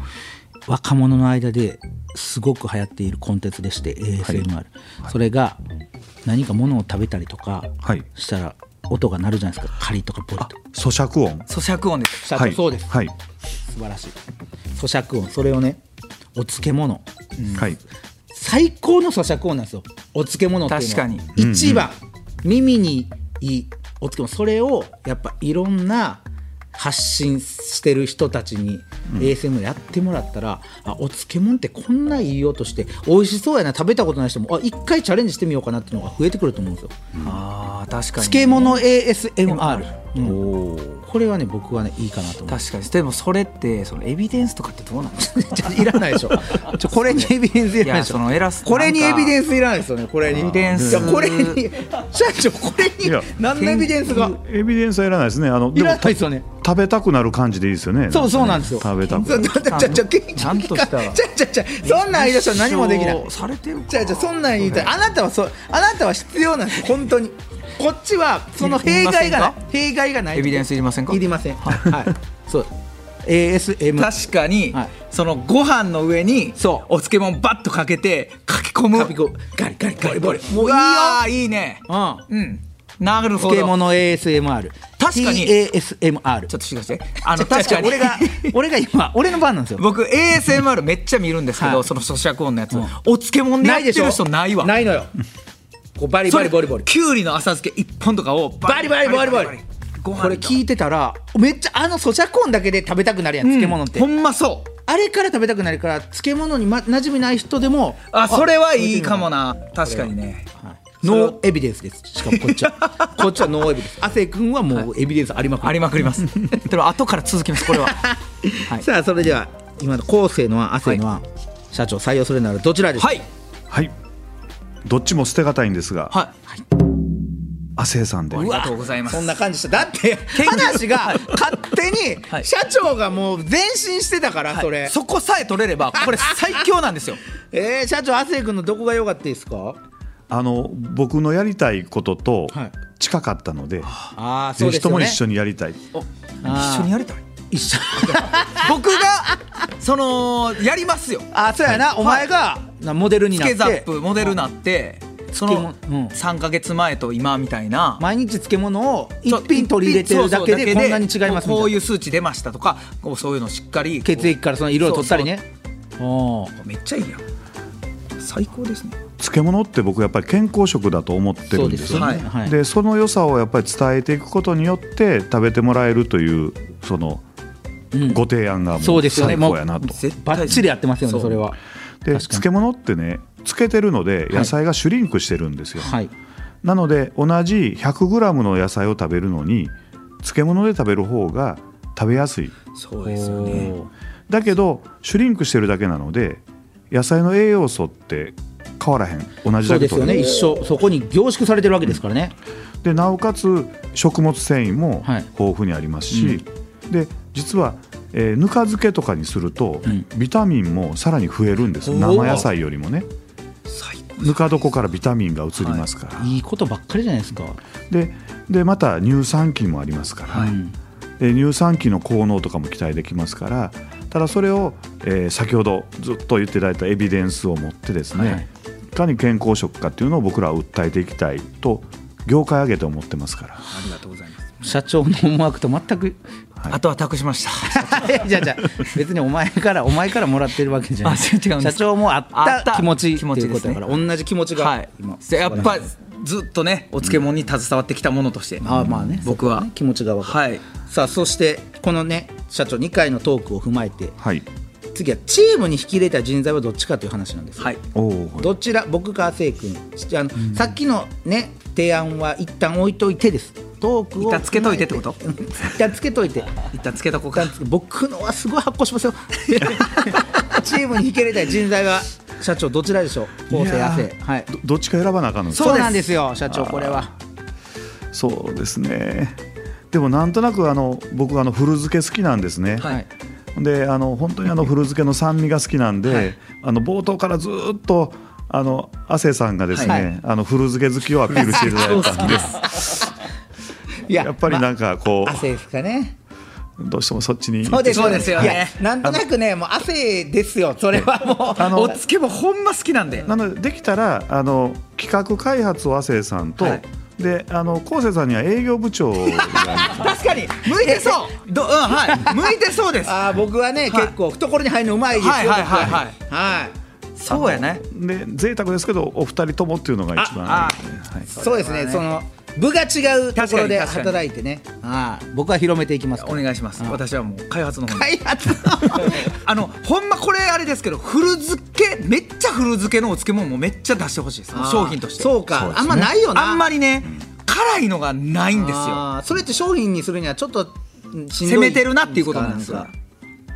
[SPEAKER 1] 若者の間ですごく流行っているコンテンツでして ASMR、それが何か物を食べたりとか
[SPEAKER 5] はい
[SPEAKER 1] したら音が鳴るじゃないですかカリとかボリと
[SPEAKER 5] あ
[SPEAKER 1] か
[SPEAKER 5] 咀嚼音
[SPEAKER 2] 咀嚼音です
[SPEAKER 1] 社長、
[SPEAKER 5] はい
[SPEAKER 1] そうです、
[SPEAKER 5] はい、
[SPEAKER 1] 素晴らしい咀嚼音それをねお漬物
[SPEAKER 5] はい
[SPEAKER 1] 最高の咀嚼音なんですよお漬物っていうのは
[SPEAKER 2] 確かに
[SPEAKER 1] 一番、耳にいいお漬物それをやっぱいろんな発信してる人たちに ASM やってもらったら、あお漬物ってこんないい音して美味しそうやな食べたことない人もあ一回チャレンジしてみようかなっていうのが増えてくると思うんですよ
[SPEAKER 2] あー確かに
[SPEAKER 1] 漬物 ASMR、うんこれはね僕はねいいかなと思う
[SPEAKER 2] 確かにでもそれってそのエビデンスとかってどうなんですか
[SPEAKER 1] ちょいらないでしょ。ちょこれにエビデンスいらないでしょ。
[SPEAKER 2] いやその偉そう
[SPEAKER 1] これにエビデンスいらないですよね。これに
[SPEAKER 2] エビデンス
[SPEAKER 1] いやこれ に社長これ
[SPEAKER 5] い
[SPEAKER 1] に
[SPEAKER 5] や
[SPEAKER 1] 何のエビデンスが
[SPEAKER 5] エビデンスはいらないですねあの
[SPEAKER 1] い
[SPEAKER 5] で
[SPEAKER 1] ら
[SPEAKER 5] も
[SPEAKER 1] ないですよね。
[SPEAKER 5] 食べたくなる感じでいいですよね
[SPEAKER 1] そうそうなんですよ。
[SPEAKER 5] 食べたくな
[SPEAKER 1] そう
[SPEAKER 5] る
[SPEAKER 1] だってちゃちゃ研究機関
[SPEAKER 2] ちゃんとした
[SPEAKER 1] ちゃちゃちゃそんなん言い出したら何もできない
[SPEAKER 2] 立。証されてるか
[SPEAKER 1] じゃあじゃあそんなん言いたいあなたはそうあなたは必要なんです本当にこっちはその弊害がない弊害がない
[SPEAKER 2] エビデンスいりませんか
[SPEAKER 1] いりませんはいそう ASM
[SPEAKER 2] 確かに、
[SPEAKER 1] はい
[SPEAKER 2] そのご飯の上に
[SPEAKER 1] そう
[SPEAKER 2] お漬物バッとかけてかき込む
[SPEAKER 1] カピコガリガリガリ
[SPEAKER 2] ボ
[SPEAKER 1] ボ
[SPEAKER 2] リ
[SPEAKER 1] リ
[SPEAKER 2] もういいよいいね
[SPEAKER 1] うん
[SPEAKER 2] うんなるほど
[SPEAKER 1] 漬物 ASMR
[SPEAKER 2] 確かに
[SPEAKER 1] ASMR
[SPEAKER 2] ちょっとしか してあの確かに
[SPEAKER 1] 俺が俺が今俺の番なんですよ
[SPEAKER 2] 僕 ASMR めっちゃ見るんですけど、
[SPEAKER 1] はい
[SPEAKER 2] その咀嚼音のやつ、
[SPEAKER 1] うん
[SPEAKER 2] お漬物でやってる人ないわ
[SPEAKER 1] ないのよこうバリ
[SPEAKER 2] そ
[SPEAKER 1] バ
[SPEAKER 2] れ
[SPEAKER 1] リボリボリ
[SPEAKER 2] きゅうりの浅漬け一本とかを
[SPEAKER 1] バリバリバリバリ
[SPEAKER 2] ご飯
[SPEAKER 1] これ聞いてたらめっちゃあの咀嚼音だけで食べたくなるやん漬物って、
[SPEAKER 2] ほんまそう
[SPEAKER 1] あれから食べたくなるから漬物に、ま、馴染みない人でも
[SPEAKER 2] あそれはいいかもな確かにね
[SPEAKER 1] はいノーエビデンスですしかもこっ ちはこっちはノーエビデンス亜生君はもうエビデンスありまくり
[SPEAKER 2] ありまくりますでも後から続きますこ れははい
[SPEAKER 1] さあそれでは今の後世のは亜生のは、社長採用するならどちらですか、
[SPEAKER 2] はい
[SPEAKER 5] はいどっちも捨てがたいんですが
[SPEAKER 2] はい
[SPEAKER 5] 亜生さんで
[SPEAKER 2] うわありがと
[SPEAKER 1] と
[SPEAKER 2] うございます
[SPEAKER 1] そんな感じしただ って話が勝手
[SPEAKER 2] はい
[SPEAKER 1] に社長がもう前進してたからそれ、
[SPEAKER 2] そこさえ取れればこれ最強な んですよ
[SPEAKER 1] えー、社長亜生君のどこが良かったですか
[SPEAKER 5] あの僕のやりたいことと
[SPEAKER 1] はい
[SPEAKER 5] 近かったので、
[SPEAKER 1] ああ
[SPEAKER 5] ぜひとも一緒
[SPEAKER 1] に
[SPEAKER 5] にやりたい
[SPEAKER 2] 一緒にやりたい
[SPEAKER 1] 一緒に
[SPEAKER 2] 僕がそのやりますよ
[SPEAKER 1] あそうやな、お前がなモデルに
[SPEAKER 2] つ
[SPEAKER 1] なっ
[SPEAKER 2] け
[SPEAKER 1] て
[SPEAKER 2] ザップモデルなってその
[SPEAKER 1] 漬物うん
[SPEAKER 2] 3か月前と今みたいな
[SPEAKER 1] 毎日漬物を一品取り入れてるだけでこんなに違います
[SPEAKER 2] こういうう数値出ましたとかこうそういうのしっかりこう
[SPEAKER 1] 血液からその色を取ったりねおー
[SPEAKER 2] めっちゃいいやん最高ですね
[SPEAKER 5] 漬物って僕やっぱり健康食だと思ってるんですよ
[SPEAKER 2] そう
[SPEAKER 5] ね
[SPEAKER 2] ですよね
[SPEAKER 1] はい
[SPEAKER 5] でその良さをやっぱり伝えていくことによって食べてもらえるというその
[SPEAKER 1] うん
[SPEAKER 5] ご提案がも
[SPEAKER 1] そう
[SPEAKER 5] う
[SPEAKER 1] ですよね
[SPEAKER 5] 最高やなと、
[SPEAKER 2] 絶対
[SPEAKER 1] バッチリやってますよねそれは
[SPEAKER 5] で漬物ってね漬けてるので野菜がシュリンクしてるんですよ、
[SPEAKER 1] はい
[SPEAKER 5] なので同じ 100g の野菜を食べるのに漬物で食べる方が食べやすい
[SPEAKER 2] そうですよね
[SPEAKER 1] おー
[SPEAKER 5] だけどシュリンクしてるだけなので野菜の栄養素って変わらへん同じ
[SPEAKER 1] そう
[SPEAKER 5] だけ
[SPEAKER 1] ですよ
[SPEAKER 5] 取
[SPEAKER 1] ね
[SPEAKER 5] れる
[SPEAKER 1] 一緒そこに凝縮されてるわけですからね
[SPEAKER 5] でなおかつ食物繊維も
[SPEAKER 1] はい
[SPEAKER 5] 豊富にありますし、で実は、えーぬか漬けとかにすると、ビタミンもさらに増えるんです
[SPEAKER 1] おー
[SPEAKER 5] 生野菜よりもね
[SPEAKER 2] 最高
[SPEAKER 5] ぬか床からビタミンが移りますから、
[SPEAKER 1] いいことばっかりじゃないですか
[SPEAKER 5] ででまた乳酸菌もありますから、
[SPEAKER 1] うん
[SPEAKER 5] で乳酸菌の効能とかも期待できますからただそれを、えー先ほどずっと言っていただいたエビデンスを持ってですね、
[SPEAKER 1] はい
[SPEAKER 5] い、かに健康食かっていうのを僕らは訴えていきたいと業界挙げて思ってますから。
[SPEAKER 2] ありがとうございます
[SPEAKER 1] 社長の思惑と全く
[SPEAKER 2] あとは託しました
[SPEAKER 1] じゃあじゃあ別にお前からお前からもらってるわけじゃない
[SPEAKER 2] あ違う違うんで
[SPEAKER 1] 社
[SPEAKER 2] す
[SPEAKER 1] 長もあ
[SPEAKER 2] あっ
[SPEAKER 1] ったた気持ち
[SPEAKER 2] 気持ち
[SPEAKER 1] っていうことだから同じ気持ちが
[SPEAKER 2] はい
[SPEAKER 1] 今、
[SPEAKER 2] でやっぱずっとねお漬物に携わってきたものとして、
[SPEAKER 1] あーまあね
[SPEAKER 2] 僕
[SPEAKER 1] そこ
[SPEAKER 2] は、
[SPEAKER 1] ね気持ちが分かる、
[SPEAKER 2] はい
[SPEAKER 1] さあそしてこのね社長2回のトークを踏まえて
[SPEAKER 5] はい
[SPEAKER 1] 次はチームに引き入れた人材はどっちかという話なんですよ
[SPEAKER 2] はい
[SPEAKER 5] おー
[SPEAKER 1] どちら僕か亜生君ちあの、さっきのね提案は一旦置いといてですトークを
[SPEAKER 2] 一旦つけといてってこと
[SPEAKER 1] うん一旦つけといて
[SPEAKER 2] 一旦つけとこう
[SPEAKER 1] 一
[SPEAKER 2] か
[SPEAKER 1] 旦つけ僕のはすごい発行します よチームに引き入れたい人材は社長どちらでしょう後
[SPEAKER 5] い
[SPEAKER 1] 世
[SPEAKER 5] や
[SPEAKER 1] 亜
[SPEAKER 5] ー
[SPEAKER 1] 生はい
[SPEAKER 5] どどっちか選ばなあかんのですか
[SPEAKER 1] そうなんですよ社長これは
[SPEAKER 5] そうですねでもなんとなくあの僕あの古漬け好きなんですね、
[SPEAKER 1] はい
[SPEAKER 5] であの本当にあの古漬けの酸味が好きなんで、あの冒頭からずっとあの亜生さんがですね、
[SPEAKER 1] はい
[SPEAKER 5] あの古漬け好きをアピールしていただ いたんで
[SPEAKER 1] いや
[SPEAKER 5] やっぱりなんかこう、
[SPEAKER 1] まあ亜生ですかね
[SPEAKER 5] どうしてもそっちに
[SPEAKER 1] そうです
[SPEAKER 2] そうですよね
[SPEAKER 1] いやなんとなくねもう汗ですよそれはも う
[SPEAKER 5] あの
[SPEAKER 2] お漬物ほんま好きなんで
[SPEAKER 5] なのでできたらあの企画開発を亜生さんと、
[SPEAKER 2] はい
[SPEAKER 5] であの昴生さんには営業部長が
[SPEAKER 2] 確かに向いてそうど、うんはい、向いてそうです
[SPEAKER 1] あー僕はね、
[SPEAKER 2] はい
[SPEAKER 1] 結構懐に入るのうまいですよ
[SPEAKER 2] はいはいはいはい
[SPEAKER 1] 僕ははい
[SPEAKER 2] そうやね
[SPEAKER 5] で贅沢ですけどお二人ともっていうのが一番
[SPEAKER 2] あ
[SPEAKER 5] いいですねはい
[SPEAKER 1] そうですねその部が違うところで
[SPEAKER 2] 確かに確か
[SPEAKER 1] 働いてねはい僕は広めていきます
[SPEAKER 2] お願いします私はもう開発の方に
[SPEAKER 1] 開発の
[SPEAKER 2] あのほんまこれあれですけど古漬けめっちゃ古漬けのお漬物もめっちゃ出してほしいです商品として
[SPEAKER 1] そうか
[SPEAKER 5] そうですね
[SPEAKER 1] あんまないよな
[SPEAKER 2] あんまりね辛いのがないんですよ
[SPEAKER 1] あーそれって商品にするにはちょっとうんしんどい
[SPEAKER 2] 攻めてるなっていうことなんです
[SPEAKER 1] か
[SPEAKER 2] が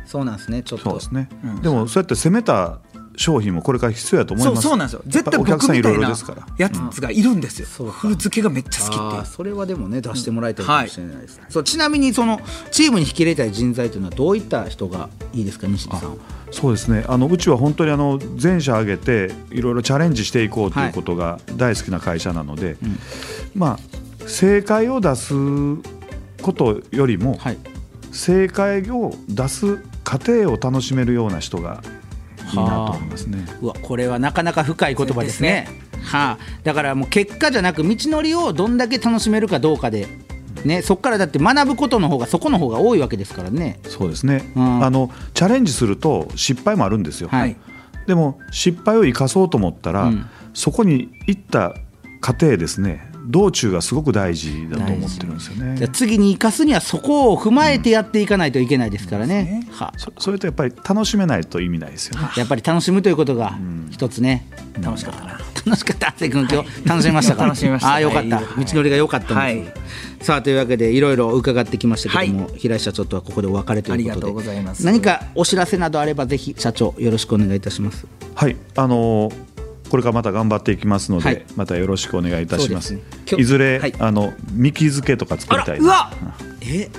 [SPEAKER 1] そうなんですねちょっ
[SPEAKER 5] そう
[SPEAKER 1] と
[SPEAKER 5] ですね、でもそうやって攻めた商品もこれから必要やと思い
[SPEAKER 2] そ
[SPEAKER 5] ま
[SPEAKER 2] う
[SPEAKER 5] す
[SPEAKER 2] そうなんですよ絶対
[SPEAKER 5] やっぱお客
[SPEAKER 2] 僕
[SPEAKER 5] さん
[SPEAKER 2] み
[SPEAKER 5] い
[SPEAKER 2] た
[SPEAKER 5] ろい
[SPEAKER 2] い
[SPEAKER 5] ろ
[SPEAKER 2] な
[SPEAKER 5] ですから
[SPEAKER 2] やつがいるんですよ
[SPEAKER 1] そうか
[SPEAKER 2] 古漬けがめっちゃ好き
[SPEAKER 1] あー
[SPEAKER 2] っていう
[SPEAKER 1] それはでもね出してもらいたいかもしれないです、そうちなみにそのチームに引き入れたい人材というのはどういった人がいいですか西田さんは
[SPEAKER 5] そうですねあのうちは本当にあの全社挙げていろいろチャレンジしていこうということが大好きな会社なので、まあ正解を出すことよりも、
[SPEAKER 1] はい
[SPEAKER 5] 正解を出す過程を楽しめるような人がいいなと思いますね。
[SPEAKER 1] うわこれはなかなか深い言葉ですねはあ、だからもう結果じゃなく道のりをどんだけ楽しめるかどうかで、ね、そこからだって学ぶことの方がそこの方が多いわけですからね。
[SPEAKER 5] そうですね、
[SPEAKER 1] うん
[SPEAKER 5] あのチャレンジすると失敗もあるんですよ、
[SPEAKER 1] はい
[SPEAKER 5] でも失敗を生かそうと思ったら、
[SPEAKER 1] うん
[SPEAKER 5] そこに行った過程ですね道中がすごく大事だと思ってるんですよ
[SPEAKER 1] じゃあ
[SPEAKER 5] ね
[SPEAKER 1] 次に生かすにはそこを踏まえてやっていかないといけないですからね。はあ
[SPEAKER 5] そそれとやっぱり楽しめないと意味ないですよね
[SPEAKER 1] やっぱり楽しむということが一つね、
[SPEAKER 2] 楽しかったな
[SPEAKER 1] 楽しかったって君今日楽しみましたか
[SPEAKER 2] 楽しみました
[SPEAKER 1] ああよかった、
[SPEAKER 2] はい
[SPEAKER 1] 道のりが良かったんです、さあというわけでいろいろ伺ってきましたけども、
[SPEAKER 2] は
[SPEAKER 1] 平井社長とはここでお別れということで
[SPEAKER 2] ありがとうございます
[SPEAKER 1] 何かお知らせなどあればぜひ社長よろしくお願いいたします
[SPEAKER 5] はいあのーこれからまた頑張っていきますので、
[SPEAKER 1] はい
[SPEAKER 5] またよろしくお願いいたします
[SPEAKER 1] そうですね今日
[SPEAKER 5] いずれ、
[SPEAKER 1] はい
[SPEAKER 5] あのミキ漬けとか作りたいな
[SPEAKER 2] うわ
[SPEAKER 1] え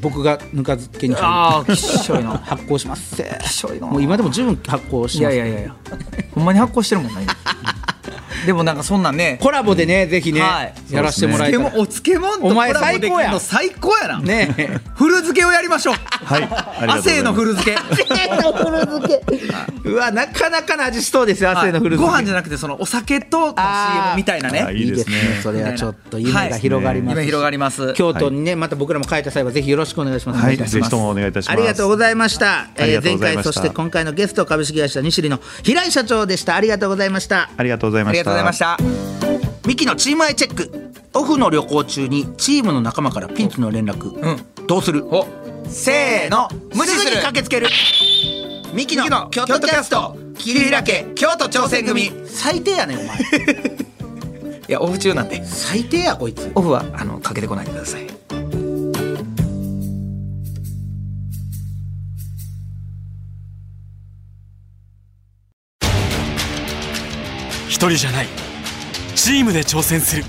[SPEAKER 1] 僕がぬか漬けに
[SPEAKER 2] ああきっしょいな
[SPEAKER 1] 発酵しますせ
[SPEAKER 2] きっしょいな
[SPEAKER 1] もう今でも十分発酵し
[SPEAKER 2] い
[SPEAKER 1] てま
[SPEAKER 2] や
[SPEAKER 1] す
[SPEAKER 2] いやいやいや ほんまに発行してるもんな今 でもなんかそんなんね
[SPEAKER 1] コラボでね、ぜひね、
[SPEAKER 2] はい
[SPEAKER 1] やらせてもらいたい、
[SPEAKER 2] お漬物と
[SPEAKER 1] お
[SPEAKER 2] コ
[SPEAKER 1] 前
[SPEAKER 2] ラボ
[SPEAKER 1] 最
[SPEAKER 2] できる
[SPEAKER 1] 高や
[SPEAKER 2] の最高やな
[SPEAKER 1] ねえ
[SPEAKER 2] フル漬けをやりましょう
[SPEAKER 5] はいありがとうございま
[SPEAKER 2] 亜
[SPEAKER 5] す
[SPEAKER 2] 生のフル漬け
[SPEAKER 1] うわなかなかの味しそうですよ汗のフル
[SPEAKER 2] ご
[SPEAKER 1] 漬け
[SPEAKER 2] 飯じゃなくてそのお酒との CM みたいな
[SPEAKER 5] あ
[SPEAKER 2] ね
[SPEAKER 5] いいですね
[SPEAKER 1] それはちょっと夢が広がります、
[SPEAKER 2] 夢広がります
[SPEAKER 1] 京都にねまた僕らも帰った際はぜひよろしくお願いします、
[SPEAKER 5] は
[SPEAKER 1] お願い
[SPEAKER 5] い
[SPEAKER 1] いたし
[SPEAKER 5] ぜ
[SPEAKER 1] ま
[SPEAKER 5] ひ
[SPEAKER 1] す
[SPEAKER 5] ともお願いいたします
[SPEAKER 1] ありがとうございました
[SPEAKER 5] あり
[SPEAKER 1] えー
[SPEAKER 5] がと
[SPEAKER 1] 前
[SPEAKER 5] うござい
[SPEAKER 1] 回
[SPEAKER 5] ました
[SPEAKER 1] そして今回のゲスト株式会社西里の平井社長でしたありがとうございました
[SPEAKER 5] ありがとうござい
[SPEAKER 2] あ
[SPEAKER 5] ま
[SPEAKER 2] りが
[SPEAKER 5] し
[SPEAKER 2] とうございました
[SPEAKER 1] ミキのチームアイチェックオフの旅行中にチームの仲間からピンチの連絡、
[SPEAKER 2] うん
[SPEAKER 1] どうする
[SPEAKER 2] おせーの無視
[SPEAKER 1] す
[SPEAKER 2] す
[SPEAKER 1] ぐに
[SPEAKER 2] る
[SPEAKER 1] 駆けつけるミキの京都キャスト
[SPEAKER 2] 桐平家京都挑戦組い
[SPEAKER 1] 最低やねんお前
[SPEAKER 2] やオフ中なんで
[SPEAKER 1] 最低やこいつ
[SPEAKER 2] オフはあのかけてこないでください
[SPEAKER 6] 一人じゃないチームで挑戦する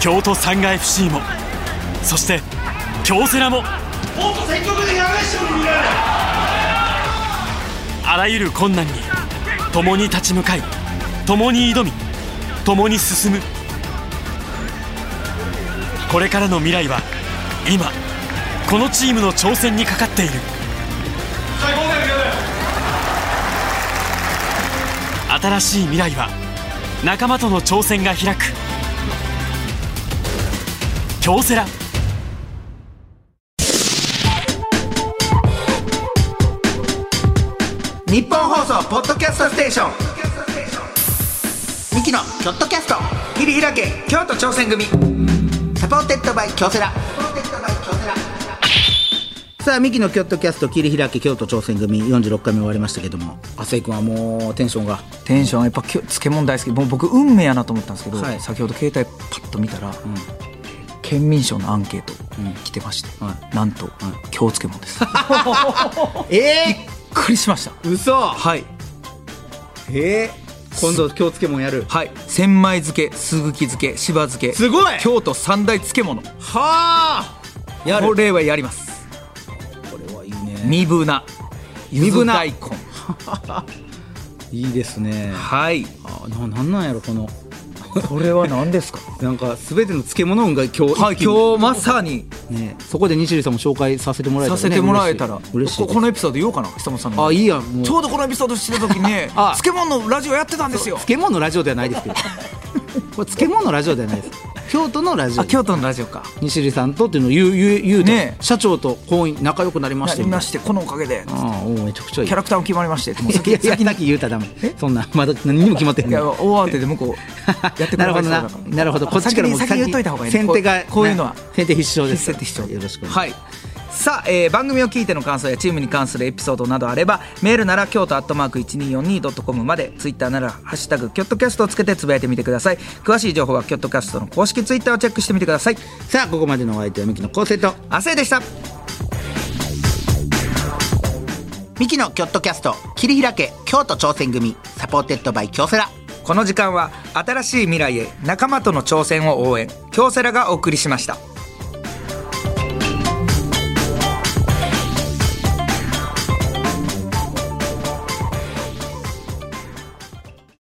[SPEAKER 6] 京都サンガ FC もそして京セラもあらゆる困難に共に立ち向かい共に挑み共に進むこれからの未来は今このチームの挑戦にかかっている新しい未来は仲間との挑戦が開く京セラ
[SPEAKER 1] 日本放送ポッドキャストステーションミキのキョットキャスト切り開け京都挑戦組サポーテッドバイ京セラさあミキのキョットキャスト切り開け京都挑戦組46回目終わりましたけども亜生君はもうテンションが
[SPEAKER 2] テンションやっぱきょ漬物大好きもう僕運命やなと思ったんですけど、
[SPEAKER 1] はい
[SPEAKER 2] 先ほど携帯パッと見たら、県民賞のアンケート来てまして、
[SPEAKER 1] は
[SPEAKER 2] なんと、京漬物ですびっ
[SPEAKER 1] え
[SPEAKER 2] くりしました
[SPEAKER 1] ー、嘘
[SPEAKER 2] はい
[SPEAKER 1] えー、今度京漬物やる
[SPEAKER 2] はい千枚漬けすぐき漬けしば漬け
[SPEAKER 1] すごい
[SPEAKER 2] 京都三大漬物
[SPEAKER 1] はあや
[SPEAKER 2] こ
[SPEAKER 1] る
[SPEAKER 2] れはやります
[SPEAKER 1] これはいいね
[SPEAKER 2] 身ぶな
[SPEAKER 1] 身
[SPEAKER 2] ゆ
[SPEAKER 1] ぶ
[SPEAKER 2] ず
[SPEAKER 1] な
[SPEAKER 2] 大根
[SPEAKER 1] いいですね
[SPEAKER 2] はい
[SPEAKER 1] あななんなんやろこの
[SPEAKER 2] これは何ですか
[SPEAKER 1] なんか全ての漬物運が今日
[SPEAKER 2] はい
[SPEAKER 1] 一気に
[SPEAKER 2] 今日まさに
[SPEAKER 1] ね、そこで西里さんも紹介させてもらえた
[SPEAKER 2] さ
[SPEAKER 1] ら、ね、
[SPEAKER 2] せてもらえたら、
[SPEAKER 1] 嬉しい
[SPEAKER 2] ここのエピソード言おうかな久本さんの
[SPEAKER 1] あいいやんもう
[SPEAKER 2] ちょうどこのエピソードしてた時にね
[SPEAKER 1] あ
[SPEAKER 2] 漬物のラジオやってたんですよ
[SPEAKER 1] 漬物のラジオではないですけど これ漬物のラジオではないです京都のラジオ
[SPEAKER 2] あ京都のラジオか
[SPEAKER 1] 西里さんとっていうのを言う言う言うと、
[SPEAKER 2] ねえ
[SPEAKER 1] 社長と婚姻仲良くなりま
[SPEAKER 2] な
[SPEAKER 1] して
[SPEAKER 2] りましてこのおかげで
[SPEAKER 1] ああおうめちゃくちゃいい
[SPEAKER 2] キャラクターも決まりましてもう
[SPEAKER 1] い
[SPEAKER 2] 先
[SPEAKER 1] やいや
[SPEAKER 2] 先な
[SPEAKER 1] 先言うたらダメそんなまだ何にも決まってへん
[SPEAKER 2] い
[SPEAKER 1] ねん
[SPEAKER 2] や大慌てで向こうやってくれ
[SPEAKER 1] なるほど
[SPEAKER 2] そうだ
[SPEAKER 1] な
[SPEAKER 2] から
[SPEAKER 1] なるほどこっちからも
[SPEAKER 2] 先に先に言っといた方がいいね
[SPEAKER 1] 先手が
[SPEAKER 2] こうこういうのは
[SPEAKER 1] な先手必勝です
[SPEAKER 2] 先手必勝
[SPEAKER 1] よろしくお願いします
[SPEAKER 2] はいさあ、えー番組を聞いての感想やチームに関するエピソードなどあればメールなら京都アットマーク 1242.com までツイッターなら「ハッシュタグキョットキャスト」をつけてつぶやいてみてください詳しい情報はキョットキャストの公式ツイッターをチェックしてみてください
[SPEAKER 1] さあここまでのお相手はミキの昴生と
[SPEAKER 2] 亜生でした
[SPEAKER 1] ミキのキョットキャスト切り開け京都挑戦組サポーテッドバイ京セラ
[SPEAKER 2] この時間は新しい未来へ仲間との挑戦を応援京セラがお送りしました